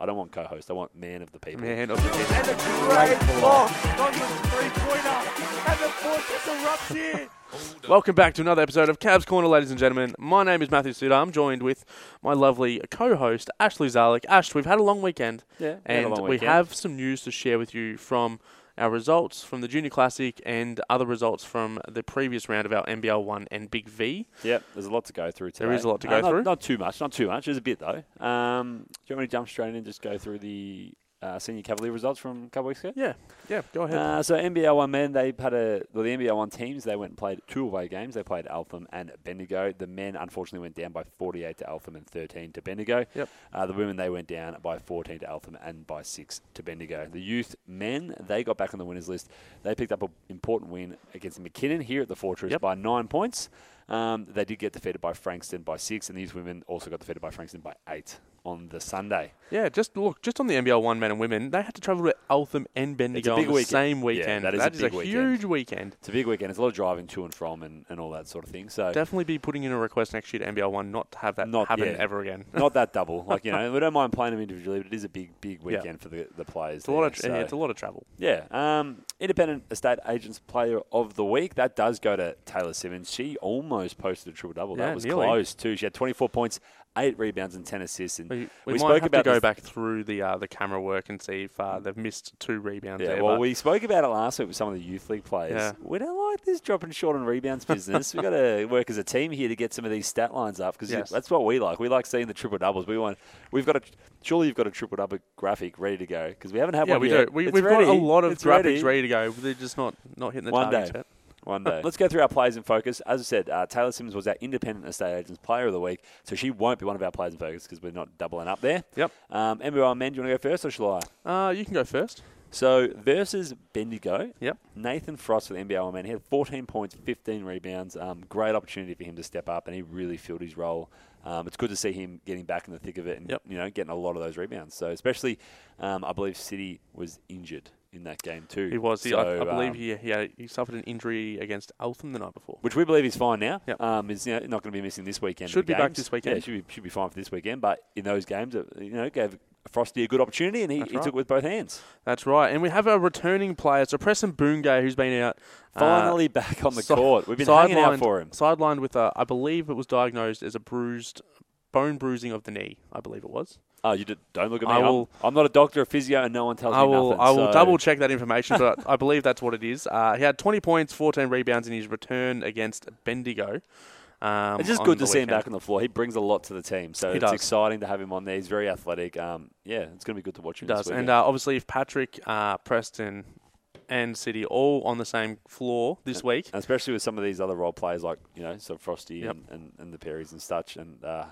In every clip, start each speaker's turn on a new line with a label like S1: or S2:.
S1: I don't want co-host. I want man of the people.
S2: Man of the
S3: And a great block on the three-pointer. And the fortress erupts here.
S2: Welcome back to another episode of Cavs Corner, ladies and gentlemen. My name is Matthew Suda. I'm joined with my lovely co-host Ashley Zalek. Ash, we've had a long weekend,
S1: Yeah, we had a
S2: and
S1: long
S2: we
S1: weekend.
S2: have some news to share with you from our results from the Junior Classic and other results from the previous round of our NBL One and Big V.
S1: Yep, there's a lot to go through today.
S2: There is a lot to
S1: Uh,
S2: go
S1: not,
S2: through.
S1: Not too much, not too much. There's a bit though. Um, do you want me to jump straight in and just go through the uh, senior Cavalier results from a couple weeks ago?
S2: Yeah, yeah, go ahead.
S1: Uh, so NBL one men, they had a well, the NBL one teams. They went and played two away games. They played Eltham and Bendigo. The men unfortunately went down by 48 to Eltham and 13 to Bendigo.
S2: Yep.
S1: Uh, the women they went down by 14 to Eltham and by six to Bendigo. The youth men they got back on the winners list. They picked up an important win against McKinnon here at the Fortress
S2: Yep.
S1: by nine points. Um, they did get defeated by Frankston by six, and these women also got defeated by Frankston by eight on the Sunday.
S2: yeah, just look, just on the NBL One men and women, they had to travel to Eltham and Bendigo
S1: big
S2: on the
S1: weekend.
S2: same
S1: Yeah,
S2: weekend.
S1: that is a big weekend.
S2: huge weekend.
S1: It's a big weekend. It's a lot of driving to and from and, and all that sort of thing. So
S2: Definitely be putting in a request next year to NBL One not to have that
S1: Not-
S2: happen
S1: yeah.
S2: ever again.
S1: not that double. Like you know, we don't mind playing them individually, but it is a big, big weekend for the, the players.
S2: It's a lot of
S1: there,
S2: yeah,
S1: so-
S2: it's a lot of travel.
S1: yeah. Um, Independent Estate Agents Player of the Week. That does go to Taylor Simmons. She almost posted a triple double.
S2: Yeah,
S1: that was
S2: nearly.
S1: close too. She had 24 points, eight rebounds, and 10 assists. And
S2: We,
S1: we,
S2: we might
S1: spoke
S2: have
S1: about
S2: to go
S1: this- Mm.
S2: back through the uh, the camera work and see if uh, they've missed two rebounds.
S1: Yeah,
S2: there,
S1: well,
S2: but
S1: we spoke about it last week with some of the youth league players.
S2: Yeah.
S1: We don't like this dropping short on rebounds business. We've got to work as a team here to get some of these stat lines up because
S2: Yes.
S1: that's what we like. We like seeing the triple doubles. We want. We've got a. Surely you've got a triple double graphic ready to go because we haven't had
S2: yeah,
S1: one
S2: we
S1: yet.
S2: do. We,
S1: It's
S2: we've
S1: ready.
S2: got a lot of
S1: It's
S2: graphics
S1: ready.
S2: ready. to go. They're just not not hitting the
S1: One
S2: targets
S1: day.
S2: yet.
S1: One day. Let's go through our plays in focus. As I said, uh, Taylor Simmons was our independent estate agents player of the week, so she won't be one of our plays in focus because we're not doubling up there.
S2: Yep.
S1: Um, NBL men, do you want to go first or shall I?
S2: Uh, you can go first.
S1: So versus Bendigo,
S2: Yep.
S1: Nathan Frost for the NBL man. He had 14 points, 15 rebounds. Um, great opportunity for him to step up, and he really filled his role. Um, it's good to see him getting back in the thick of it, and
S2: Yep.
S1: you know, getting a lot of those rebounds. So especially, um, I believe City was injured in that game too.
S2: He was. He, I, I
S1: So,
S2: believe
S1: um,
S2: he he, had, he suffered an injury against Eltham the night before.
S1: which we believe is fine now.
S2: Yep.
S1: Um, is you know, not going to be missing this weekend.
S2: Should
S1: the
S2: be back
S1: games.
S2: this weekend.
S1: Yeah, should be should be fine for this weekend. But in those games, it, you know, gave Frosty a good opportunity, and he,
S2: That's
S1: he
S2: right.
S1: took it with both hands.
S2: That's right. And we have a returning player, so Preston Boongay, who's been out. uh,
S1: Finally back on the
S2: si-
S1: court. We've been hanging out
S2: sidelined-
S1: for him.
S2: Sidelined with, a, I believe it was diagnosed as a bruised bone bruising of the knee. I believe it was.
S1: Oh, you d- don't look at me.
S2: I
S1: I
S2: will-
S1: am I'm not a doctor of physio, and no one tells
S2: I
S1: me
S2: will
S1: nothing.
S2: I will
S1: so-
S2: double check that information, but I believe that's what it is. Uh, he had 20 points, 14 rebounds in his return against Bendigo. Um,
S1: It's just
S2: on
S1: good to
S2: the
S1: see him
S2: weekend.
S1: back on the floor. He brings a lot to the team, so
S2: He
S1: it's
S2: does.
S1: exciting to have him on there. He's very athletic. Um, yeah, it's going to be good to watch him.
S2: He does,
S1: this
S2: and
S1: weekend.
S2: uh, obviously if Patrick, uh, Preston, and City all on the same floor this week,
S1: And especially with some of these other role players, like you know, so Frosty
S2: Yep.
S1: and, and, and the Perrys and such, and uh,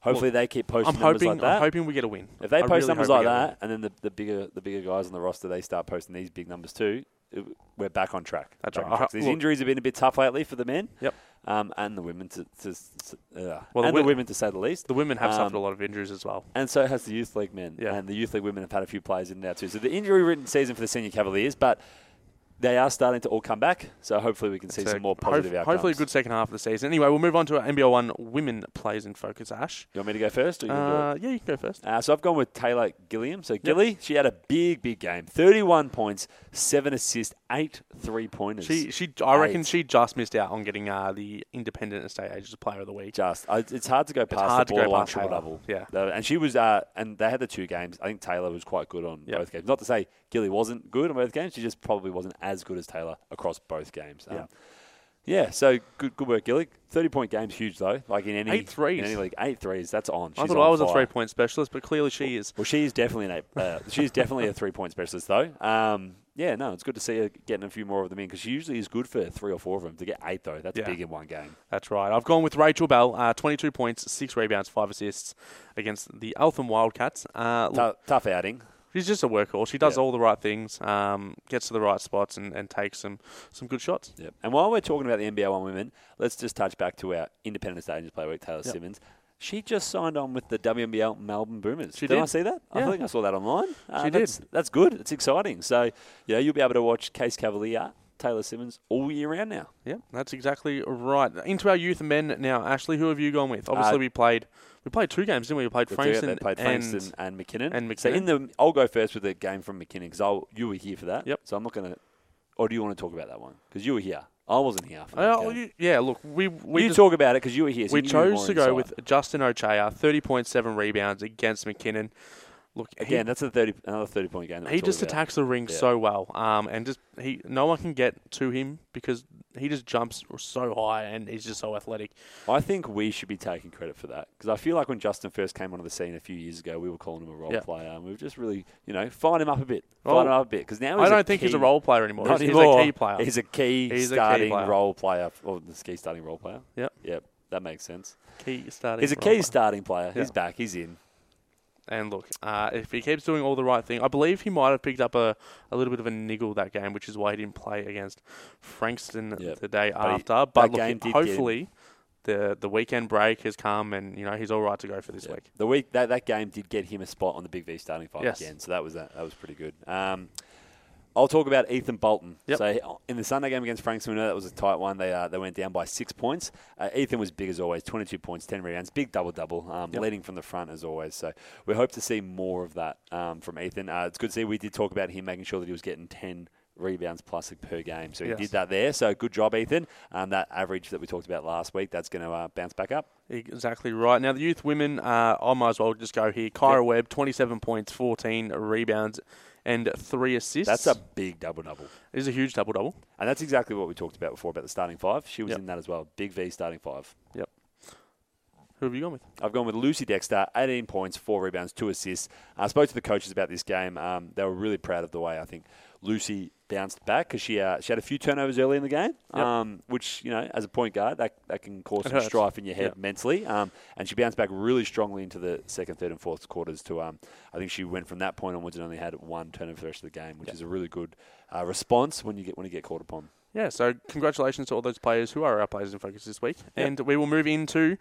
S1: hopefully they keep posting
S2: I'm
S1: numbers
S2: hoping
S1: like that.
S2: I'm hoping we get a win.
S1: if they
S2: I
S1: post
S2: really
S1: numbers
S2: hope
S1: like
S2: we get a win.
S1: that, and then the, the bigger the bigger guys on the roster they start posting these big numbers too, it, we're back on track.
S2: That's
S1: Back
S2: right.
S1: on track.
S2: I-
S1: These
S2: look-
S1: injuries have been a bit tough lately for the men.
S2: Yep.
S1: Um, and the women to, to s- s- uh,
S2: Well, the
S1: and
S2: wi-
S1: the women to say the least.
S2: the women have suffered a
S1: Um,
S2: lot of injuries as well.
S1: And so has the youth league men.
S2: Yeah.
S1: And the youth league women have had a few players in now too. So the injury ridden season for the senior Cavaliers, but they are starting to all come back. So hopefully we can see
S2: So
S1: some more
S2: hope-
S1: positive outcomes.
S2: Hopefully, a good second half of the season. Anyway, we'll move on to our NBL One Women Plays in Focus. Ash,
S1: You want me to go first, or you can do it?
S2: uh, yeah, you can go first.
S1: Uh, so I've gone with Taylor Gilliam. So Gilly, she had a big, big game. 31 points, 7 assists, 8 three-pointers.
S2: She, she, I reckon
S1: Eight.
S2: she just missed out on getting uh, the Independent Estate Agents Player of the Week.
S1: just. I, it's hard to go past
S2: hard
S1: the
S2: to go
S1: borderline
S2: past Taylor.
S1: triple double.
S2: Yeah.
S1: Though, and she was. Uh, and they had the two games. I think Taylor was quite good on
S2: Yeah.
S1: both games. Not to say Gilly wasn't good on both games. She just probably wasn't as good as Taylor across both games. Um,
S2: Yeah.
S1: yeah, So good, good work, Gilly. Thirty-point game's huge though. Like in any
S2: Eight threes.
S1: in any league, eight threes. That's on. She's
S2: I thought
S1: on
S2: I was a
S1: fire.
S2: three-point specialist, but clearly she is.
S1: Well, she's definitely an eight. Uh, she's definitely a three-point specialist though. Um, yeah, no, it's good to see her getting a few more of them in because she usually is good for three or four of them. To get eight though, that's
S2: Yeah.
S1: big in one game.
S2: That's right. I've gone with Rachel Bell, uh, 22 points, six rebounds, five assists against the Eltham Wildcats. Uh, look,
S1: Tou- tough outing.
S2: she's just a workhorse. She does
S1: Yeah.
S2: all the right things, um, gets to the right spots, and, and takes some some good shots.
S1: Yep. And while we're talking about the NBA one women, let's just touch back to our independent Agents player week, Taylor Simmons. She just signed on with the WNBL Melbourne Boomers.
S2: She
S1: Didn't I
S2: did.
S1: see that?
S2: Yeah.
S1: I think I saw that online. Uh,
S2: She
S1: that's, That's good. It's exciting. So, you know, you'll be able to watch Case Cavalier, Taylor Simmons all year round now.
S2: Yeah, that's exactly right. Into our youth men now, Ashley. Who have you gone with? Obviously, we played We played two games, didn't we? We played
S1: They do-
S2: Frankston,
S1: Uh, they played Frankston and, McKinnon.
S2: and
S1: So in the, I'll go first with the game from McKinnon because you were here for that.
S2: Yep.
S1: So I'm not going to. Or do you want to talk about that one? Because you were here. I wasn't here. For
S2: and
S1: that
S2: oh,
S1: game.
S2: you- yeah, look, we we
S1: you
S2: just-
S1: talk about it because you were here. So
S2: we
S1: you knew
S2: chose
S1: more
S2: to go
S1: inside.
S2: with Justin Ochea, thirty point seven rebounds against McKinnon. Look, he-
S1: again. that's a thirty another thirty point game. That
S2: he
S1: we
S2: just
S1: talked about.
S2: attacks the ring
S1: Yeah.
S2: so well, um, and just he no one can get to him because he just jumps so high and he's just so athletic.
S1: I think we should be taking credit for that because I feel like when Justin first came onto the scene a few years ago, we were calling him a role
S2: Yeah.
S1: player, and we've just really, you know, fired him up a bit,
S2: Well,
S1: fired him up a bit because now
S2: I
S1: he's
S2: don't think he's a
S1: key-
S2: role player anymore.
S1: Not
S2: He's, he's
S1: anymore.
S2: a key player.
S1: He's a key
S2: He's a key
S1: starting
S2: player.
S1: role player, or the key starting role player.
S2: Yep.
S1: Yep, that makes sense.
S2: key starting.
S1: He's a
S2: role
S1: key
S2: player.
S1: starting player. He's
S2: Yeah.
S1: back. He's in.
S2: And look, uh, if he keeps doing all the right thing, I believe he might have picked up a, a little bit of a niggle that game, which is why he didn't play against Frankston
S1: Yep.
S2: the day
S1: But he-
S2: after. But
S1: that
S2: look,
S1: game did get him.
S2: hopefully the the weekend break has come, and you know he's all right to go for this
S1: Yeah.
S2: week.
S1: The week that, that game did get him a spot on the Big V starting five
S2: Yes.
S1: again, so that was uh, that. That was pretty good. Um, I'll talk about Ethan Bolton.
S2: Yep.
S1: So he- in the Sunday game against Frankston, we know that was a tight one. They uh, they went down by six points. Uh, Ethan was big as always, 22 points, 10 rebounds, big double double, um,
S2: Yep.
S1: leading from the front as always. So we hope to see more of that um, from Ethan. Uh, it's good to see. We did talk about him making sure that he was getting 10 rebounds plus per game. So he
S2: Yes.
S1: did that there. So good job, Ethan. Um, that average that we talked about last week, that's going to uh, bounce back up.
S2: Exactly right. Now the youth women, uh, I might as well just go here. Kyra Webb, twenty-seven points, fourteen rebounds, and three assists.
S1: That's a big double double.
S2: It is a huge double double.
S1: And that's exactly what we talked about before about the starting five. She was
S2: Yep.
S1: in that as well. Big V starting five.
S2: Who have you gone with?
S1: I've gone with Lucy Dexter, 18 points, four rebounds, two assists. I spoke to the coaches about this game. Um, they were really proud of the way I think Lucy bounced back because she uh, she had a few turnovers early in the game,
S2: Yep.
S1: um, which you know as a point guard that, that can cause
S2: It
S1: some
S2: hurts.
S1: strife in your head
S2: Yep.
S1: mentally. Um, and she bounced back really strongly into the second, third, and fourth quarters. To um, I think she went from that point onwards and only had one turnover for the rest of the game, which is a really good uh, response when you get when you get called upon.
S2: Yeah. So congratulations to all those players who are our players in focus this week,
S1: Yep.
S2: and we will move into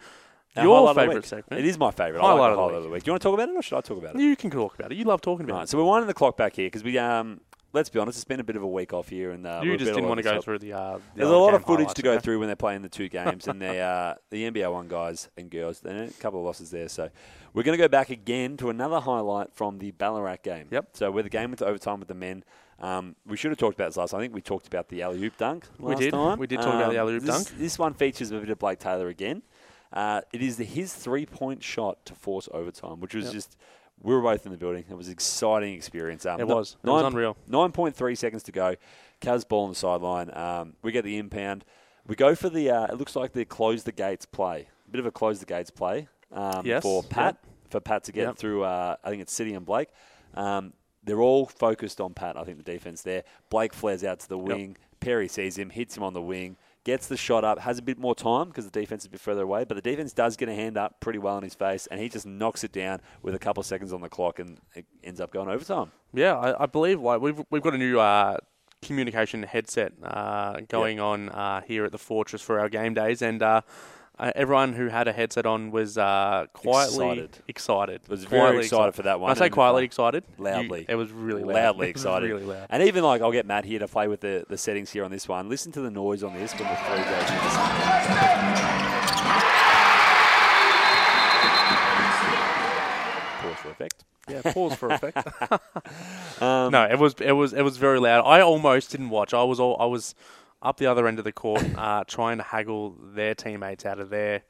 S1: Our
S2: your
S1: highlight of the
S2: favourite
S1: week. It
S2: segment.
S1: is my favourite. I
S2: Highlight
S1: like the
S2: of the
S1: highlight of the week. Do you want to talk about it or should I talk about it?
S2: You can talk about it. You love talking about
S1: Right,
S2: it.
S1: so we're winding the clock back here because we, um, let's be honest, it's been a bit of a week off here, and uh,
S2: you
S1: we've
S2: just
S1: been all
S2: didn't want to
S1: over the shop.
S2: go through the. Uh, the
S1: There's a
S2: other
S1: lot of
S2: game
S1: footage
S2: highlights,
S1: to go
S2: okay?
S1: through when they're playing the two games, and the uh, the NBA one guys and girls. There are a couple of losses there, so we're going to go back again to another highlight from the Ballarat game.
S2: Yep.
S1: So where the game went to overtime with the men. Um, we should have talked about this last. I think we talked about the alley oop dunk.
S2: We
S1: last
S2: did.
S1: Time. Um,
S2: We did talk about the alley-oop
S1: this-
S2: dunk.
S1: This one features a bit of Blake Taylor again. Uh, it is the, his three point shot to force overtime, which was
S2: Yep.
S1: just. We were both in the building. It was an exciting experience. Um,
S2: It
S1: no-
S2: was. It was
S1: nine-
S2: unreal.
S1: 9.3 seconds to go. Kaz ball on the sideline. Um, we get the impound. We go for the, uh, it looks like the close the gates play. A bit of a close the gates play um,
S2: Yes,
S1: for Pat, for Pat to get
S2: Yep.
S1: through, uh, I think it's City and Blake. Um, they're all focused on Pat, I think, the defense there. Blake flares out to the wing. Perry sees him, hits him on the wing, gets the shot up, has a bit more time because the defense is a bit further away, but the defense does get a hand up pretty well in his face, and he just knocks it down with a couple of seconds on the clock and it ends up going overtime.
S2: Yeah, I, I believe like we've we've got a new uh, communication headset uh, going on uh, here at the Fortress for our game days, and uh, uh, everyone who had a headset on was uh, quietly
S1: Excited.
S2: excited.
S1: Was very excited for that
S2: When
S1: one,
S2: I say
S1: and,
S2: quietly
S1: uh,
S2: excited. you-
S1: loudly.
S2: it was really loud.
S1: loudly
S2: It was
S1: excited.
S2: Really loud.
S1: And even like I'll get Matt here to play with the, the settings here on this one. Listen to the noise on this when the three goes in. Pause for effect.
S2: Yeah, pause for effect.
S1: Um,
S2: no, it was it was it was very loud. I almost didn't watch. I was all I was up the other end of the court uh, trying to haggle their teammates out of their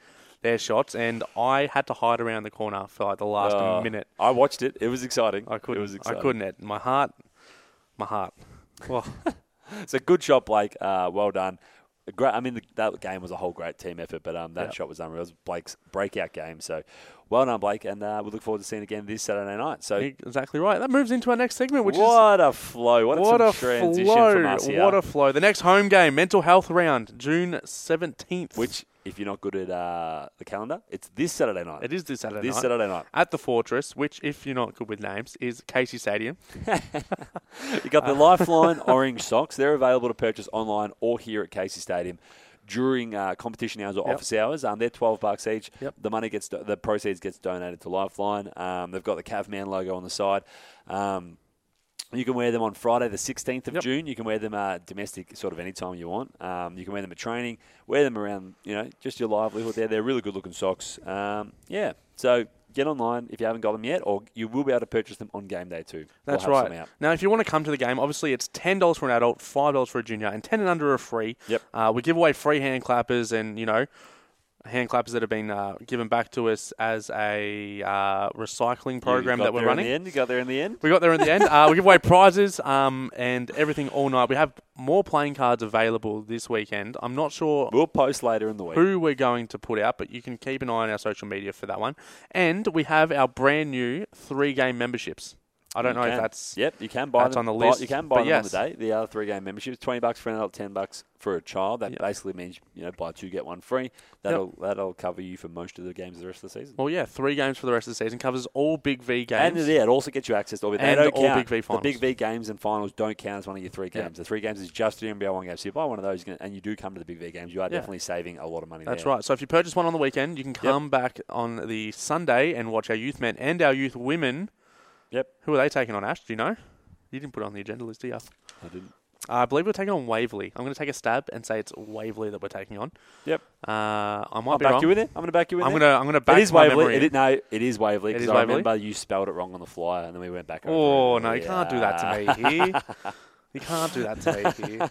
S2: their shots, and I had to hide around the corner for like the last
S1: Uh,
S2: minute.
S1: I watched it. It was exciting.
S2: I couldn't.
S1: It was
S2: I
S1: exciting.
S2: couldn't. It. My heart. My heart. Well,
S1: So good shot, Blake. Uh, well done. A Great. I mean, the, that game was a whole great team effort, but um, that
S2: Yeah.
S1: shot was unreal. It was Blake's breakout game. So well done, Blake. And uh, we look forward to seeing you again this Saturday night. So
S2: exactly right. That moves into our next segment, which is
S1: what a flow. What,
S2: what
S1: some
S2: a
S1: transition
S2: flow.
S1: from us here.
S2: What a flow. The next home game, mental health round, June seventeenth.
S1: Which, if you're not good at uh, the calendar, it's this Saturday night.
S2: it is this Saturday.
S1: this
S2: night.
S1: Saturday night.
S2: at the Fortress, which, if you're not good with names, is Casey Stadium.
S1: You got the Lifeline Orange Socks. They're available to purchase online or here at Casey Stadium during uh, competition hours or
S2: Yep.
S1: office hours. Um, they're twelve bucks each.
S2: Yep.
S1: The money gets do- the proceeds gets donated to Lifeline. Um, they've got the Cavman logo on the side. Um, You can wear them on Friday, the 16th of June. You can wear them uh, domestic, sort of anytime you want. Um, you can wear them at training, wear them around, you know, just your livelihood there. They're really good looking socks. Um, yeah. So get online if you haven't got them yet, or you will be able to purchase them on game day too. We'll
S2: That's
S1: have some
S2: right.
S1: out.
S2: Now, if you want to come to the game, obviously it's ten dollars for an adult, five dollars for a junior, and ten and under are free.
S1: Yep.
S2: Uh, we give away free hand clappers, and you know, hand clappers that have been uh, given back to us as a uh, recycling program
S1: You got
S2: that we're
S1: there In the
S2: running.
S1: end. You got there in the end.
S2: We got there in the end. Uh, we give away prizes um, and everything all night. We have more playing cards available this weekend. I'm not sure
S1: We'll post later in the week.
S2: who we're going to put out, but you can keep an eye on our social media for that one. And we have our brand new three game memberships. I don't
S1: You
S2: know if
S1: can.
S2: that's
S1: yep. You can buy
S2: that's
S1: them
S2: on the
S1: buy-
S2: list,
S1: you can
S2: but
S1: buy them
S2: yes.
S1: on the day. The other three game memberships: twenty bucks for an adult, ten bucks for a child. That
S2: Yep.
S1: basically means you know buy two get one free. That'll that'll cover you for most of the games the rest of the season.
S2: well, yeah, three games for the rest of the season covers all Big V
S1: And
S2: games.
S1: yeah, it also gets you access to all. They
S2: And
S1: don't
S2: all
S1: count.
S2: Big V finals.
S1: The Big V games and finals don't count as one of your three
S2: Yeah.
S1: games. The three games is just the NBL one game. So you buy one of those you're gonna- and you do come to the Big V games, you are
S2: Yeah.
S1: definitely saving a lot of money.
S2: That's
S1: there.
S2: right. So if you purchase one on the weekend, you can come back on the Sunday and watch our youth men and our youth women.
S1: Yep.
S2: Who are they taking on, Ash? Do you know? You didn't put it on the agenda list, do you?
S1: I didn't.
S2: I believe we're taking on Waverley. I'm going to take a stab and say it's Waverley that we're taking on.
S1: Yep.
S2: Uh, I might
S1: I'll
S2: be
S1: back
S2: wrong.
S1: you with it. I'm going to back you with
S2: I'm
S1: it.
S2: going to I'm going to back
S1: it is
S2: my
S1: Waverley.
S2: memory.
S1: It is, no, it is Waverley.
S2: It
S1: Because
S2: is
S1: I
S2: Waverley?
S1: remember you spelled it wrong on the flyer, and then we went back. over
S2: Oh
S1: it.
S2: no, you can't do that
S1: Yeah.
S2: to me here. you can't do that to me here.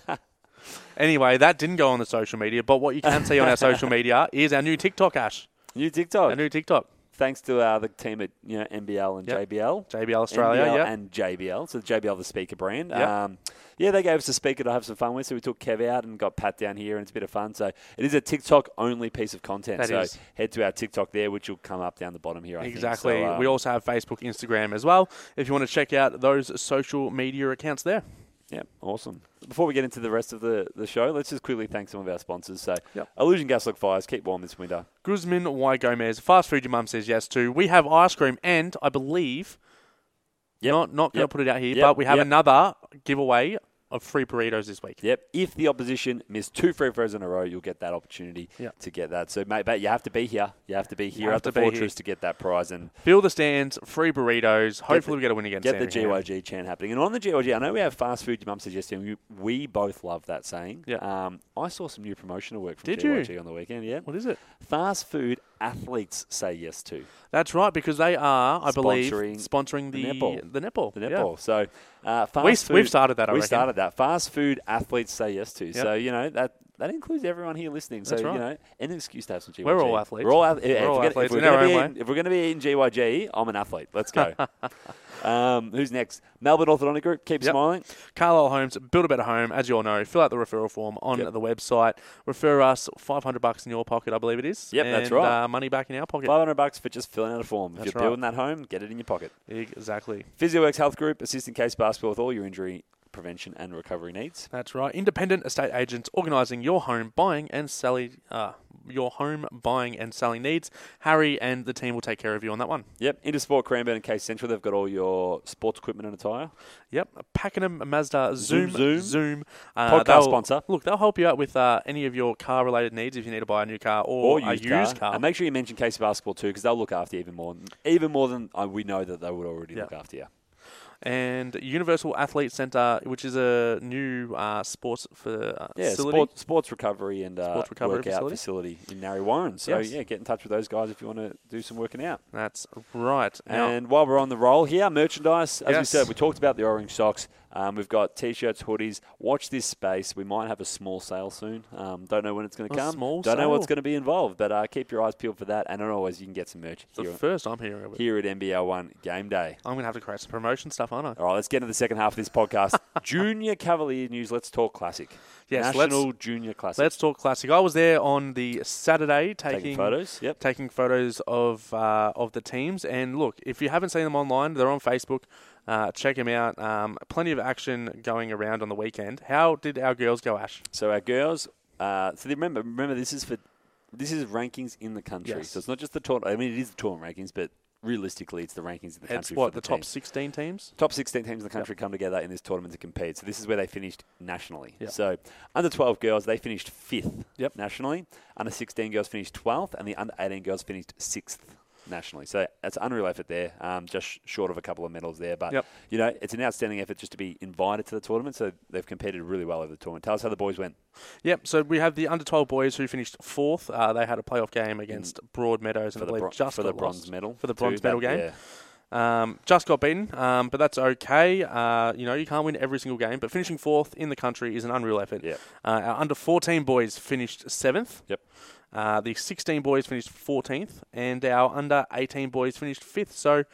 S2: Anyway, that didn't go on the social media, but what you can see on our social media is our new TikTok, Ash.
S1: New
S2: Our
S1: TikTok.
S2: new TikTok,
S1: Thanks to uh, the team at you know NBL and
S2: Yep.
S1: JBL.
S2: JBL Australia.
S1: NBL
S2: yeah,
S1: and JBL. So JBL, the speaker brand.
S2: Yep.
S1: Um, yeah, they gave us a speaker to have some fun with. So we took Kev out and got Pat down here, and it's a bit of fun. So it is a TikTok only piece of content.
S2: That
S1: so
S2: is.
S1: head to our TikTok there, which will come up down the bottom here. I think. So,
S2: exactly.
S1: um,
S2: we also have Facebook, Instagram as well. If you want to check out those social media accounts there.
S1: Yeah, awesome. Before we get into the rest of the, the show, let's just quickly thank some of our sponsors. So,
S2: Yep.
S1: Illusion Gaslock Fires, keep warm this winter.
S2: Guzman Y Gomez, fast food your mum says yes to. We have ice cream and I believe not not gonna
S1: Yep.
S2: put it out here,
S1: Yep.
S2: but we have
S1: Yep.
S2: another giveaway of free burritos this week.
S1: Yep. If the opposition miss two free throws in a row, you'll get that opportunity
S2: Yep.
S1: to get that. So, mate, but you have to be here. You have to be here
S2: have
S1: at the
S2: to be here.
S1: Fortress to get that prize and
S2: Fill the stands, free burritos. Hopefully, we get a win against
S1: get the
S2: Sandringham.
S1: GYG chant happening. And on the GYG, I know we have fast food. Your mum suggesting we, we both love that saying.
S2: Yep.
S1: Um, I saw some new promotional work from
S2: Did you?
S1: GYG on the weekend. Yeah.
S2: What is it?
S1: Fast food athletes say yes to.
S2: That's right, because they are, I believe,
S1: Sponsoring
S2: sponsoring
S1: the
S2: the
S1: netball.
S2: The netball.
S1: the
S2: yeah.
S1: netball. So uh, fast
S2: We-
S1: food,
S2: we've started that, I
S1: we
S2: reckon.
S1: started that. Fast food athletes say yes to. So you know that that includes everyone here listening. So
S2: That's right.
S1: you know, any excuse to have some GYG.
S2: We're all athletes.
S1: We're all, ath-
S2: We're
S1: if
S2: all
S1: we're gonna-
S2: athletes
S1: If we're
S2: in our
S1: gonna
S2: own
S1: be
S2: way.
S1: in- if we're going to be in GYG, I'm an athlete. Let's go. um, who's next? Melbourne Orthodontic Group. Keep
S2: Yep.
S1: smiling.
S2: Carlisle Homes, build a better home. As you all know, fill out the referral form on
S1: Yep.
S2: the website. Refer us, 500 bucks in your pocket, I believe it is.
S1: Yep, that's
S2: and,
S1: right.
S2: Uh, money back in our pocket.
S1: Five hundred bucks for just filling out a form.
S2: That's
S1: if you're
S2: right.
S1: building that home, get it in your pocket.
S2: Exactly.
S1: PhysioWorks Health Group, assisting case basketball with all your injury prevention and recovery needs.
S2: That's right. Independent estate agents organising your home buying and selling, uh, your home buying and selling needs. Harry and the team will take care of you on that one.
S1: Yep, Intersport, Cranbourne, and Case Central, they've got all your sports equipment and attire.
S2: Yep, Pakenham Mazda Zoom
S1: Zoom,
S2: Zoom,
S1: Zoom.
S2: Uh,
S1: Podcast
S2: they'll-
S1: sponsor.
S2: Look, they'll help you out with uh, any of your car-related needs if you need to buy a new car or, a used car.
S1: And make sure you mention Case Basketball too, because they'll look after you even more, even more than uh, we know that they would already
S2: Yeah.
S1: look after you.
S2: And Universal Athlete Centre, which is a new uh, sports for uh,
S1: Yeah,
S2: facility.
S1: sport, sports recovery and uh,
S2: Sports recovery
S1: workout
S2: facility.
S1: facility. in Narry Warren. So
S2: Yes.
S1: yeah, get in touch with those guys if you want to do some working out.
S2: That's right. Now,
S1: And while we're on the roll here, merchandise, as we
S2: Yes.
S1: said, we talked about the orange socks. Um, we've got t-shirts, hoodies. Watch this space. We might have a small sale soon. Um, don't know when it's going
S2: A
S1: to come.
S2: small
S1: don't know what's
S2: sale.
S1: going to be involved, but uh, keep your eyes peeled for that. And as always, you can get some merch
S2: the
S1: here,
S2: first I'm hearing of it.
S1: here at NBL One Game Day.
S2: I'm gonna have to create some promotion stuff, aren't I?
S1: All right, let's get into the second half of this podcast. Junior Cavalier News. Let's talk classic.
S2: Yes, let's-
S1: National Junior Classic.
S2: Let's talk classic. I was there on the Saturday taking,
S1: taking photos. Yep.
S2: taking photos of uh, of the teams. And look, if you haven't seen them online, they're on Facebook. Uh, check them out. Um, plenty of action going around on the weekend. How did our girls go, Ash?
S1: So our girls. Uh, so they- remember, remember this is for this is rankings in the country.
S2: Yes.
S1: So it's not just the tournament. I mean, it is the tournament rankings, but realistically, it's the rankings in the country.
S2: It's what
S1: for the,
S2: the, top
S1: teams.
S2: 16 teams.
S1: Top 16 teams in the country come together in this tournament to compete. So this is where they finished nationally.
S2: Yep.
S1: So under 12 girls, they finished fifth
S2: Yep.
S1: nationally. Under 16 girls finished 12th, and the under 18 girls finished sixth. nationally. So that's an unreal effort there, um, just sh- short of a couple of medals there. But,
S2: Yep.
S1: you know, it's an outstanding effort just to be invited to the tournament. So they've competed really well over the tournament. Tell us how the boys went.
S2: Yep. So we have the under twelve boys who finished fourth. Uh, they had a playoff game against
S1: Mm.
S2: Broadmeadows and
S1: for
S2: I
S1: the,
S2: believe
S1: bron-
S2: just
S1: for the
S2: got
S1: bronze
S2: lost.
S1: medal.
S2: for the
S1: too.
S2: bronze medal
S1: That-
S2: game.
S1: yeah.
S2: Um, just got beaten, um, but that's okay. Uh, you know, you can't win every single game, but finishing fourth in the country is an unreal effort.
S1: Yep.
S2: Uh, our under 14 boys finished seventh.
S1: Yep.
S2: Uh, the 16 boys finished 14th, and our under 18 boys finished fifth. So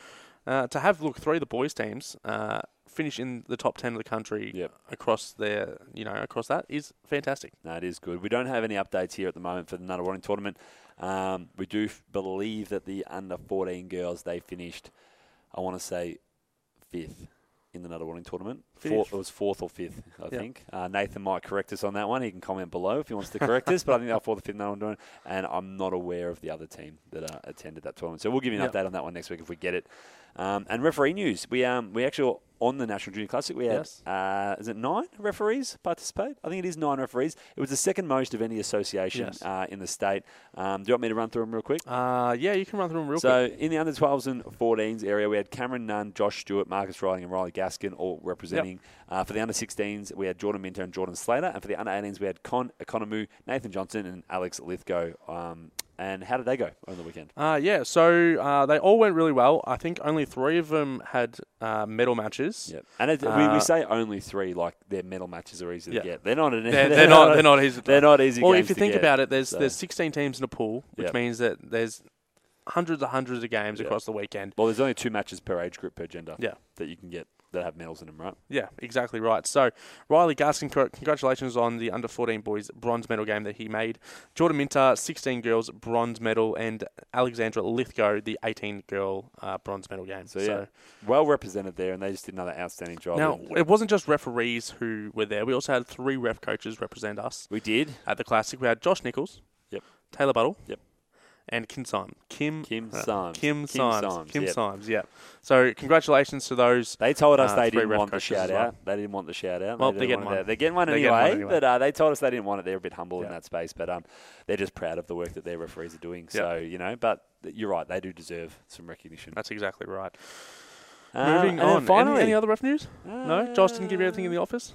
S2: uh, to have look three of the boys teams uh, finish in the top 10 of the country
S1: Yep.
S2: across their, you know, across that is fantastic.
S1: That is good. We don't have any updates here at the moment for the Nunawading tournament. Um, we do f- believe that the under 14 girls they finished, I want to say, fifth in the Nunawading tournament. Four,
S2: Fifth.
S1: it was fourth or fifth, I
S2: Yeah.
S1: think. Uh, Nathan might correct us on that one. He can comment below if he wants to correct us. But I think they were fourth or fifth in Nunawading, tournament, and I'm not aware of the other team that uh, attended that tournament. So we'll give you an
S2: Yeah.
S1: update on that one next week if we get it. Um, and referee news: we um, we actually on the National Junior Classic we had
S2: Yes.
S1: uh, is it nine referees participate? I think it is nine referees. It was the second most of any association
S2: Yes.
S1: uh, in the state. Um, do you want me to run through them real quick?
S2: Uh, yeah, you can run through them real
S1: so
S2: quick.
S1: in the under 12s and 14s area, we had Cameron Nunn, Josh Stewart, Marcus Riding, and Riley Gaskin all representing. Uh, for the under 16s, we had Jordan Minter and Jordan Slater, and for the under 18s, we had Con Economou, Nathan Johnson, and Alex Lithgow. Um, and how did they go over the weekend?
S2: Uh, yeah, so uh, they all went really well. I think only three of them had uh, medal matches.
S1: Yep. And it, we,
S2: Uh,
S1: we say only three, like their medal matches are easy
S2: Yeah.
S1: to get. They're not. An,
S2: They're, they're not. They're not easy.
S1: They're not easy.
S2: Well,
S1: games
S2: if you
S1: to
S2: think
S1: get.
S2: about it, there's
S1: so.
S2: there's 16 teams in a pool, which
S1: Yep.
S2: means that there's hundreds and hundreds of games
S1: Yep.
S2: across the weekend.
S1: Well, there's only two matches per age group per gender.
S2: Yeah.
S1: That you can get that have medals in them, right?
S2: Yeah, exactly right. So, Riley Gaskin, cor- congratulations on the under 14 boys bronze medal game that he made. Jordan Minter, 16 girls bronze medal, and Alexandra Lithgow, the 18 girl uh, bronze medal game.
S1: So yeah, well represented there, and they just did another outstanding job.
S2: now
S1: And
S2: it wasn't just referees who were there. We also had three ref coaches represent us
S1: we did.
S2: at the classic. We had Josh Nichols,
S1: Yep.
S2: Taylor Buttle,
S1: Yep.
S2: and Kim Syme. Kim
S1: Kim
S2: uh,
S1: Symes.
S2: Kim Symes. Kim
S1: yep.
S2: Symes, yeah. So congratulations to those.
S1: They told us
S2: Uh,
S1: they
S2: three
S1: didn't
S2: ref
S1: want the
S2: coaches
S1: shout
S2: as well.
S1: out. They didn't want the shout out.
S2: Well,
S1: They
S2: they're
S1: didn't
S2: getting
S1: want it.
S2: one.
S1: They're getting one
S2: They're
S1: anyway.
S2: getting one anyway.
S1: But uh, they told us they didn't want it. They're a bit humble in
S2: Yeah.
S1: that space, but um, they're just proud of the work that their referees are doing. So you know, but th- you're right. They do deserve some recognition.
S2: That's exactly right.
S1: Uh,
S2: Moving
S1: and then
S2: on.
S1: Finally, uh,
S2: any, any other ref news? no? Josh didn't give you everything in the office?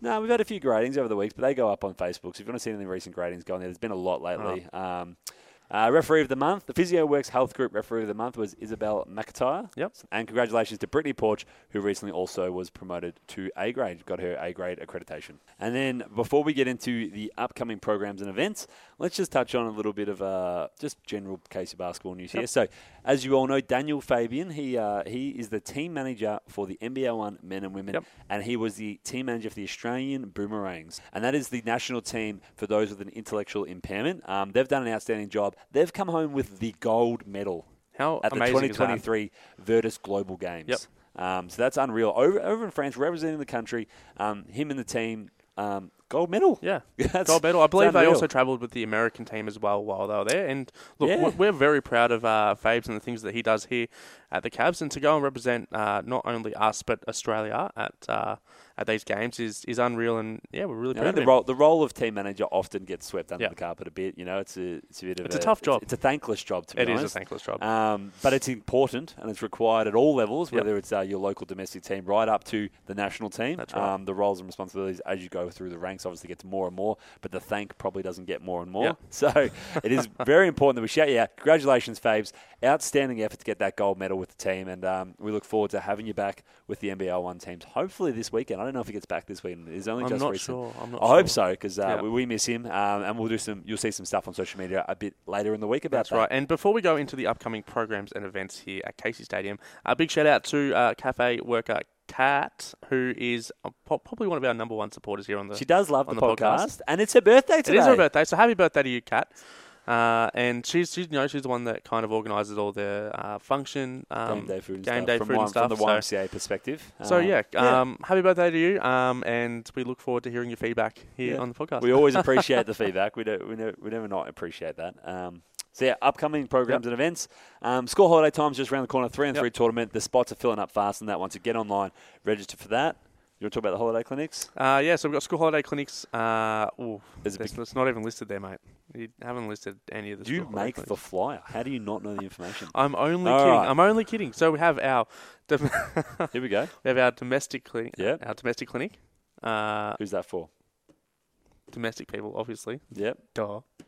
S1: No, we've had a few gradings over the weeks, but they go up on Facebook. So if you want to see any of the recent gradings go on there, there's been a lot lately. Um, uh, referee of the month, the Physio Works Health Group referee of the month was Isabel McIntyre.
S2: Yep.
S1: And congratulations to Brittany Porch, who recently also was promoted to A grade, got her A grade accreditation. And then before we get into the upcoming programs and events, let's just touch on a little bit of uh, just general case of basketball news here. So, as you all know, Daniel Fabian, he uh, he is the team manager for the NBL One men and women,
S2: Yep.
S1: and he was the team manager for the Australian Boomerangs, and that is the national team for those with an intellectual impairment. Um, they've done an outstanding job. They've come home with the gold medal
S2: How
S1: at the
S2: amazing is that?
S1: 2023 Virtus Global Games. Um, so that's unreal. Over, over in France, representing the country, um, him and the team, um, gold medal.
S2: Yeah.
S1: That's-
S2: Gold medal. I
S1: it's
S2: believe they
S1: unreal.
S2: also travelled with the American team as well while they were there. And look,
S1: Yeah.
S2: we're- we're very proud of uh, Fabes and the things that he does here at the Cavs. And to go and represent uh, not only us but Australia at uh, at these games is, is unreal. And yeah, we're really
S1: I
S2: proud
S1: think
S2: of
S1: the
S2: him.
S1: role, the role of team manager often gets swept under
S2: Yeah.
S1: the carpet a bit. You know, it's a it's a bit of
S2: It's a tough job.
S1: It's, it's a thankless job to be
S2: It is
S1: honest.
S2: a thankless job.
S1: Um, but it's important and it's required at all levels,
S2: Yep.
S1: whether it's uh, your local domestic team right up to the national team.
S2: That's right.
S1: Um, the roles and responsibilities as you go through the ranks obviously gets more and more, but the thank probably doesn't get more and more.
S2: Yep.
S1: So it is very important that we shout you out. Congratulations, Fabes. Outstanding effort to get that gold medal with the team, and um, we look forward to having you back with the NBL One teams hopefully this weekend. I don't know if he gets back this weekend. It's only
S2: I'm
S1: just
S2: not
S1: recent.
S2: sure. I'm not
S1: I hope
S2: sure.
S1: so because uh,
S2: Yeah.
S1: we, we miss him, um, and we'll do some. You'll see some stuff on social media a bit later in the week about
S2: That's
S1: that.
S2: right. And before we go into the upcoming programs and events here at Casey Stadium, a big shout out to uh, cafe worker Kat, who is uh, po- probably one of our number one supporters here on the.
S1: She does love the,
S2: on the
S1: podcast,
S2: podcast.
S1: and it's her birthday
S2: it
S1: today.
S2: is her birthday, so happy birthday to you, Kat. Uh, and she's, she's, you know, she's the one that kind of organises all the uh, function, um,
S1: Game day food and
S2: game
S1: stuff.
S2: day
S1: from,
S2: food and
S1: one-
S2: stuff,
S1: from the
S2: so-
S1: YMCA perspective.
S2: So
S1: Um,
S2: yeah, um, happy birthday to you, um, and we look forward to hearing your feedback here
S1: Yeah.
S2: on the podcast.
S1: we always appreciate the feedback. We don't, we, never, we never not appreciate that. Um, so yeah, upcoming programs and events. Um, school holiday times just around the corner. Three and
S2: Yep.
S1: three tournament. The spots are filling up fast in that one. So get online, register for that. You You want to talk about the holiday clinics?
S2: Uh, yeah, so we've got school holiday clinics. Uh, ooh,
S1: Is it
S2: that's,
S1: bec-
S2: that's not even listed there, mate. You haven't listed any of the.
S1: Do you
S2: school holiday
S1: make
S2: clinics.
S1: the flyer? How do you not know the information?
S2: I'm only
S1: All
S2: kidding.
S1: right.
S2: I'm only kidding. So we have our dom-
S1: Here we go.
S2: we have our domestic clinic.
S1: Yep.
S2: Our domestic clinic. Uh,
S1: Who's that for?
S2: domestic people, obviously.
S1: Yep.
S2: Duh.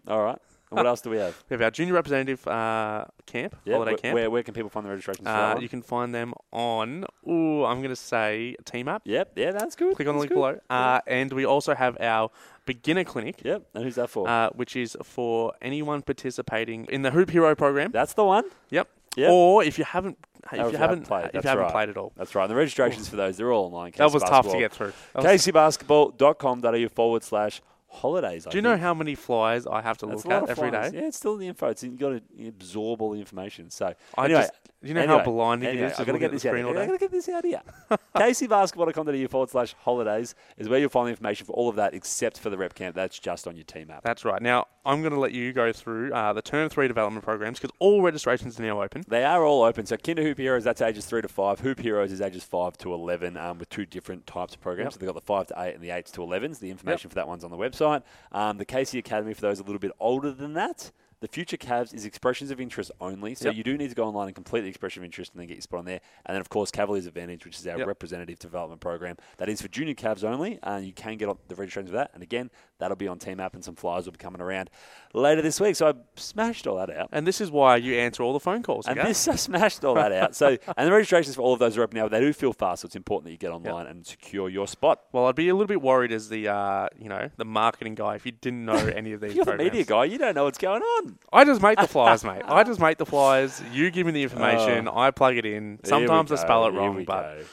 S1: All right. And what else do we have?
S2: We have our junior representative uh, camp,
S1: Yeah,
S2: holiday
S1: where,
S2: camp.
S1: Where, where can people find the registrations? for that
S2: uh,
S1: one?
S2: you can find them on. Ooh, I'm going to say Team Up.
S1: Yep. Yeah, that's good.
S2: Click on the
S1: that's
S2: link
S1: good.
S2: below. Uh, and we also have our beginner clinic,
S1: Yep. And who's that for?
S2: uh, which is for anyone participating in the Hoop Hero program.
S1: that's the one.
S2: Yep.
S1: Yep.
S2: Or if you haven't,
S1: Oh,
S2: if you haven't,
S1: played,
S2: if you
S1: that's
S2: haven't
S1: right.
S2: played at all,
S1: That's right. And the registrations for those, they're all online.
S2: that
S1: Casey
S2: was tough to
S1: Basketball.
S2: get through. That was-
S1: kcbasketball.com.au forward slash holidays.
S2: Do you know how many flyers I have to
S1: That's
S2: look
S1: a lot of
S2: at every day?
S1: flyers. Yeah, it's still in the info. It's you've got to absorb all the information. So
S2: I
S1: anyway,
S2: just- you know
S1: anyway,
S2: how blinding
S1: anyway,
S2: it is.
S1: I've got to get this out.
S2: screen
S1: Here.
S2: all
S1: I've got
S2: day.
S1: to get this out here. kcbasketball.com.au forward slash holidays is where you'll find the information for all of that, except for the rep camp. That's just on your team app.
S2: That's right. Now I'm going to let you go through uh, the term three development programs because all registrations are now open.
S1: They are all open. So Kinder Hoop Heroes, that's ages three to five. Hoop Heroes is ages five to eleven, um, with two different types of programs.
S2: Yep.
S1: So they've got the five to eight and the eights to elevens. The information for that one's on the website. Um, the Casey Academy for those a little bit older than that. The future Cavs is expressions of interest only, so
S2: Yep.
S1: you do need to go online and complete the expression of interest and then get your spot on there. And then, of course, Cavaliers Advantage, which is our
S2: Yep.
S1: representative development program, that is for junior Cavs only. And you can get on the registration for that. And again, that'll be on Team App, and some flyers will be coming around later this week. So I smashed all that out.
S2: And this is why you answer all the phone calls.
S1: And
S2: okay?
S1: this I smashed all that out. So and the registrations for all of those are open now. They do feel fast, so it's important that you get online and secure your spot.
S2: well, I'd be a little bit worried as the uh, you know the marketing guy if you didn't know any of these.
S1: You're the
S2: programs.
S1: media guy. You don't know what's going on.
S2: I just make the flyers, mate. I just make the flyers. You give me the information. I plug it in.
S1: Oh. Here we
S2: Sometimes I
S1: go,
S2: spell it
S1: here
S2: wrong,
S1: we
S2: but
S1: go.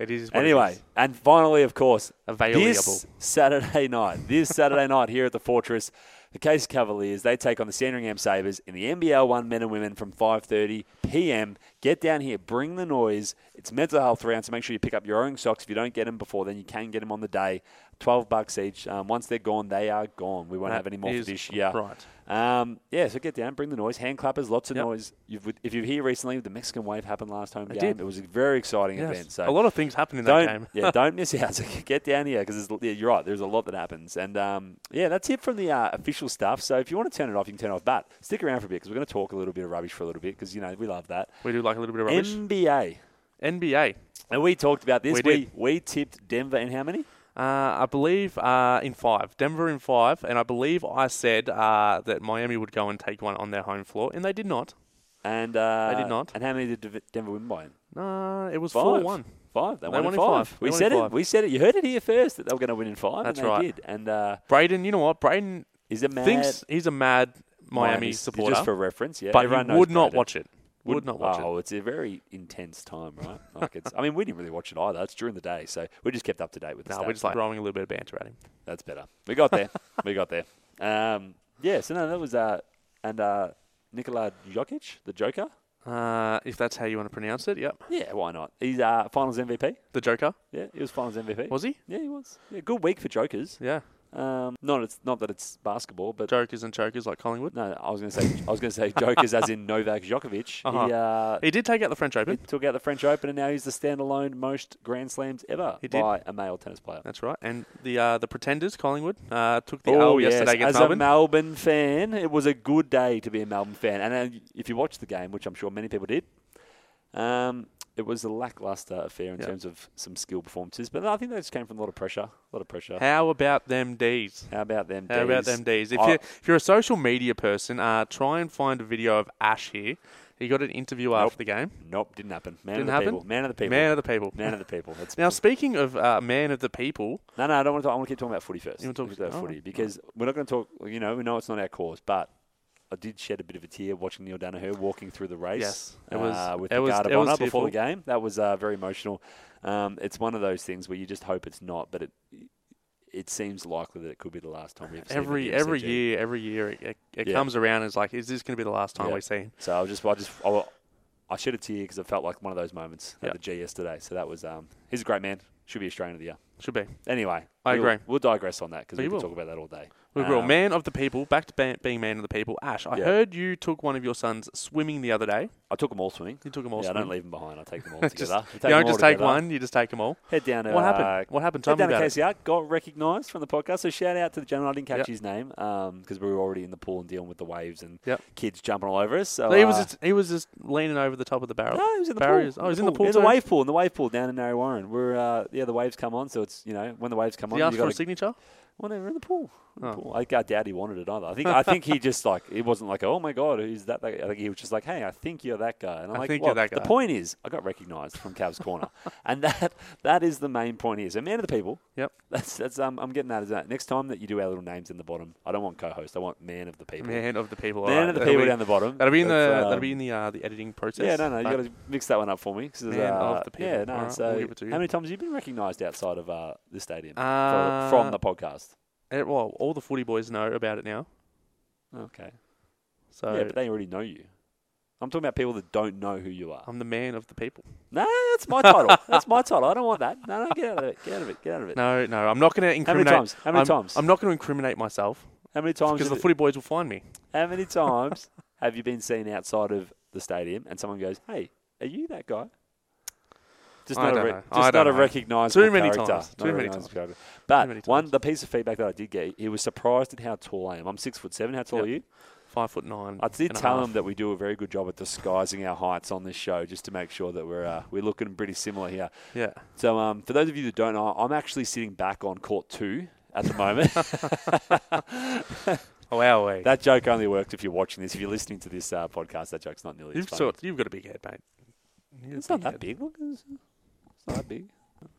S2: it is. What it
S1: anyway,
S2: is.
S1: and finally, of course,
S2: Available.
S1: this Saturday night, this Saturday night here at the Fortress, the Case Cavaliers they take on the Sandringham Sabers in the NBL One Men and Women from 5:30 p.m. Get down here, bring the noise. It's mental health round, so make sure you pick up your own socks. If you don't get them before, then you can get them on the day. Twelve bucks each. Um, once they're gone, they are gone. We won't
S2: That
S1: have any more for
S2: is
S1: this year.
S2: right.
S1: Um, yeah, so get down, bring the noise. Hand clappers, lots of
S2: Yep.
S1: noise. You've, if you're here recently, the Mexican wave happened last home
S2: It
S1: game.
S2: did.
S1: It was a very exciting
S2: Yes.
S1: event. So
S2: a lot of things happen in
S1: don't,
S2: that game.
S1: yeah, don't miss out. So get down here because yeah, you're right. There's a lot that happens, and um, yeah, that's it from the uh, official stuff. So if you want to turn it off, you can turn it off. But stick around for a bit because we're going to talk a little bit of rubbish for a little bit because you know we love that
S2: we do like a little bit of rubbish.
S1: NBA.
S2: NBA.
S1: And we talked about this.
S2: We
S1: We,
S2: did.
S1: we tipped Denver in how many?
S2: Uh, I believe uh, in five, Denver in five, and I believe I said uh, that Miami would go and take one on their home floor, and they did not.
S1: And uh,
S2: They did not.
S1: And how many did Dev- Denver win by?
S2: No, Uh, it was
S1: Five.
S2: four one.
S1: Five. They,
S2: They
S1: won,
S2: won
S1: in
S2: in
S1: five.
S2: five. They
S1: We
S2: won in
S1: said it.
S2: five.
S1: We said it. You heard it here first that they were going to win in five.
S2: That's
S1: and they
S2: right.
S1: Did. And uh,
S2: Braden, you know what? Braden
S1: he's a mad
S2: thinks he's a mad Miami
S1: Miami
S2: supporter,
S1: Just for reference, yeah.
S2: but
S1: Everyone
S2: he
S1: knows
S2: would not
S1: Braden.
S2: watch it. Would, not watch it.
S1: oh, it's a very intense time, right? Like it's. I mean, we didn't really watch it either. It's during the day, so we just kept up to date with. The
S2: No, we're
S1: stats.
S2: just like throwing a little bit of banter at him.
S1: that's better. We got there. we got there. Um, yeah. So no, that was uh, and uh, Nikola Jokic, the Joker.
S2: Uh, if that's how you want to pronounce it, yep.
S1: Yeah, why not? He's uh, Finals MVP.
S2: The Joker
S1: Yeah, he was Finals MVP.
S2: was he?
S1: Yeah, he was. Yeah, good week for Jokers.
S2: Yeah,
S1: Um, not it's not that it's basketball, but
S2: Jokers and chokers like Collingwood.
S1: no, I was gonna say I was gonna say Jokers as in Novak Djokovic.
S2: Uh-huh.
S1: He uh,
S2: He did take out the French
S1: He
S2: Open.
S1: took out the French Open, and now he's the standalone most Grand Slams ever
S2: He did.
S1: by a male tennis player.
S2: That's right. And the uh, the Pretenders, Collingwood, uh, took the L yesterday against
S1: Oh, As
S2: Melbourne.
S1: a Melbourne fan, it was a good day to be a Melbourne fan. And uh, if you watched the game, which I'm sure many people did, um, it was a lackluster affair in
S2: Yeah.
S1: terms of some skill performances. But I think that just came from a lot of pressure. A lot of pressure. How,
S2: How about them D's?
S1: about them?
S2: How about
S1: Ds?
S2: them D's? If
S1: I-
S2: you if you're a social media person, uh, try and find a video of Ash here. He got an interview after the game.
S1: Nope, didn't happen. Man
S2: Didn't
S1: of the
S2: happen?
S1: people. Man of the people.
S2: Man of the people.
S1: Man of the people. That's
S2: Now speaking of uh, man of the people,
S1: No, no, I don't want to talk. I want to keep talking about footy first.
S2: You wanna talk-
S1: Let's go about
S2: all
S1: footy
S2: right.
S1: because we're not going to talk. You know, we know it's not our cause, but I did shed a bit of a tear watching Neil Danaher walking through the race.
S2: Yes,
S1: it
S2: it
S1: was
S2: was-
S1: uh, with
S2: it
S1: the
S2: was-
S1: guard of
S2: it was
S1: honour before the
S2: tearful.
S1: game. That was uh, very emotional. Um, it's one of those things where you just hope it's not, but it it seems likely that it could be the last time we ever see him at
S2: every
S1: the
S2: every
S1: MCG.
S2: year, every year it, it, it
S1: Yeah.
S2: comes around and it's like, is this going to be the last time
S1: Yeah.
S2: we see him?
S1: So I was just, I just, I, wa- I shed a tear because I felt like one of those moments
S2: Yeah.
S1: at the G yesterday. So that was, um, he's a great man. Should be Australian of the year.
S2: Should be.
S1: Anyway,
S2: I
S1: we'll-
S2: agree.
S1: We'll digress on that because
S2: We
S1: we can
S2: will.
S1: talk about that all day.
S2: We will.
S1: Um,
S2: Man of the people, back to ba- being man of the people. Ash, I
S1: Yeah.
S2: heard you took one of your sons swimming the other day.
S1: I took them all swimming.
S2: You took them all
S1: yeah, I
S2: swimming.
S1: don't leave them behind. I take them all
S2: Just-
S1: together. I
S2: you
S1: them
S2: don't
S1: all
S2: just take
S1: together.
S2: one, you just take them all.
S1: Head down. To,
S2: What
S1: uh,
S2: happened? What happened? Tell
S1: Head
S2: me
S1: down to
S2: about it.
S1: KCR, got recognised from the podcast. So shout out to the gentleman. I didn't catch
S2: Yep.
S1: his name because we were already in the pool and dealing with the waves and
S2: Yep.
S1: kids jumping all over us. So,
S2: So he was
S1: uh,
S2: just he was just leaning over the top of the barrel.
S1: No, he was in the
S2: barriers.
S1: pool.
S2: Oh, he was in the pool
S1: There's a
S2: too?
S1: wave pool, in the wave pool down in Narry Warren. We're uh, yeah, the waves come on, so it's you know when the waves come
S2: Did
S1: on,
S2: he ask
S1: you
S2: for
S1: got
S2: a signature?
S1: whatever in the pool. In the
S2: Oh.
S1: pool. I, I doubt he wanted it either. I think I think he just like it wasn't like oh my god who's that? I think he was just like hey I think you're that guy. And I'm
S2: I
S1: like
S2: think
S1: well,
S2: you're that
S1: the
S2: guy.
S1: point is I got recognised from Cavs corner, and that that is the main point here. So man of the people.
S2: Yep.
S1: That's that's um, I'm getting that as that. Next time that you do our little names in the bottom, I don't want co-host. I want man of the people.
S2: Man of the people.
S1: Man
S2: alright.
S1: of the
S2: That'll
S1: people
S2: be-
S1: down the bottom.
S2: That'll be in
S1: That's,
S2: the that'll
S1: um,
S2: be in the uh, the editing process.
S1: yeah, no, no, you
S2: But
S1: got to mix that one up for me. 'cause,
S2: Man of
S1: uh,
S2: the people.
S1: Yeah, no.
S2: Alright,
S1: so,
S2: we'll give it to you.
S1: how many times have you been recognised outside of uh, the stadium for-
S2: Uh,
S1: from the podcast?
S2: eh, well, all the footy boys know about it now.
S1: Okay.
S2: So
S1: yeah, but they already know you. I'm talking about people that don't know who you are.
S2: I'm the man of the people.
S1: No, that's my title. that's my title. I don't want that. No, no, get out of it. Get out of it. Get out of it.
S2: No, no, I'm not going to
S1: How many
S2: incriminate.
S1: times? How many
S2: I'm,
S1: times?
S2: I'm not going to incriminate myself
S1: how many times?
S2: because
S1: have
S2: the
S1: you-
S2: footy boys will find me.
S1: how many times have you been seen outside of the stadium and someone goes, "Hey, are you that guy?" Just
S2: I
S1: not, a,
S2: don't
S1: re-
S2: know.
S1: just
S2: I
S1: not
S2: don't
S1: a
S2: know.
S1: recognized
S2: Too many
S1: character.
S2: times.
S1: Not
S2: Too
S1: a
S2: many
S1: recognisable
S2: times.
S1: character. But
S2: many
S1: one,
S2: times.
S1: the piece of feedback that I did get, he was surprised at how tall I am. I'm six foot seven. How tall
S2: Yep.
S1: are you?
S2: Five foot nine.
S1: I did
S2: and a
S1: tell
S2: half.
S1: him that we do a very good job at disguising our heights on this show, just to make sure that we're uh, we're looking pretty similar here.
S2: Yeah.
S1: So, um, for those of you that don't know, I'm actually sitting back on court two at the moment.
S2: Oh, wow, wait.
S1: that joke only works if you're watching this. If you're listening to this uh, podcast, that joke's not nearly
S2: You've
S1: as funny.
S2: sort, you've got a big head, mate. You've got
S1: It's
S2: a
S1: not that big. Look, it's it's not that big.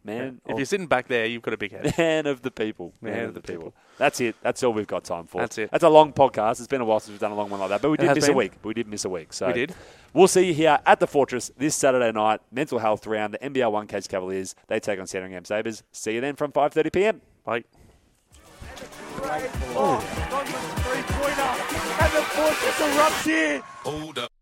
S1: Man,
S2: If
S1: of,
S2: you're sitting back there, you've got a big head.
S1: man of the people. Man, of the people. That's it. That's all we've got time for.
S2: That's it.
S1: That's a long podcast. It's been a while since we've done a long one like that, but we
S2: It
S1: did
S2: has
S1: miss a
S2: been.
S1: week. We did miss a week. So
S2: We did.
S1: We'll see you here at the Fortress this Saturday night. Mental health round. The NBL One Cage Cavaliers. They take on Sandringham Sabers. See you then from 5:30 p.m.
S2: Like,
S3: Oh, three pointer, and the fortress erupts in.
S4: Hold up.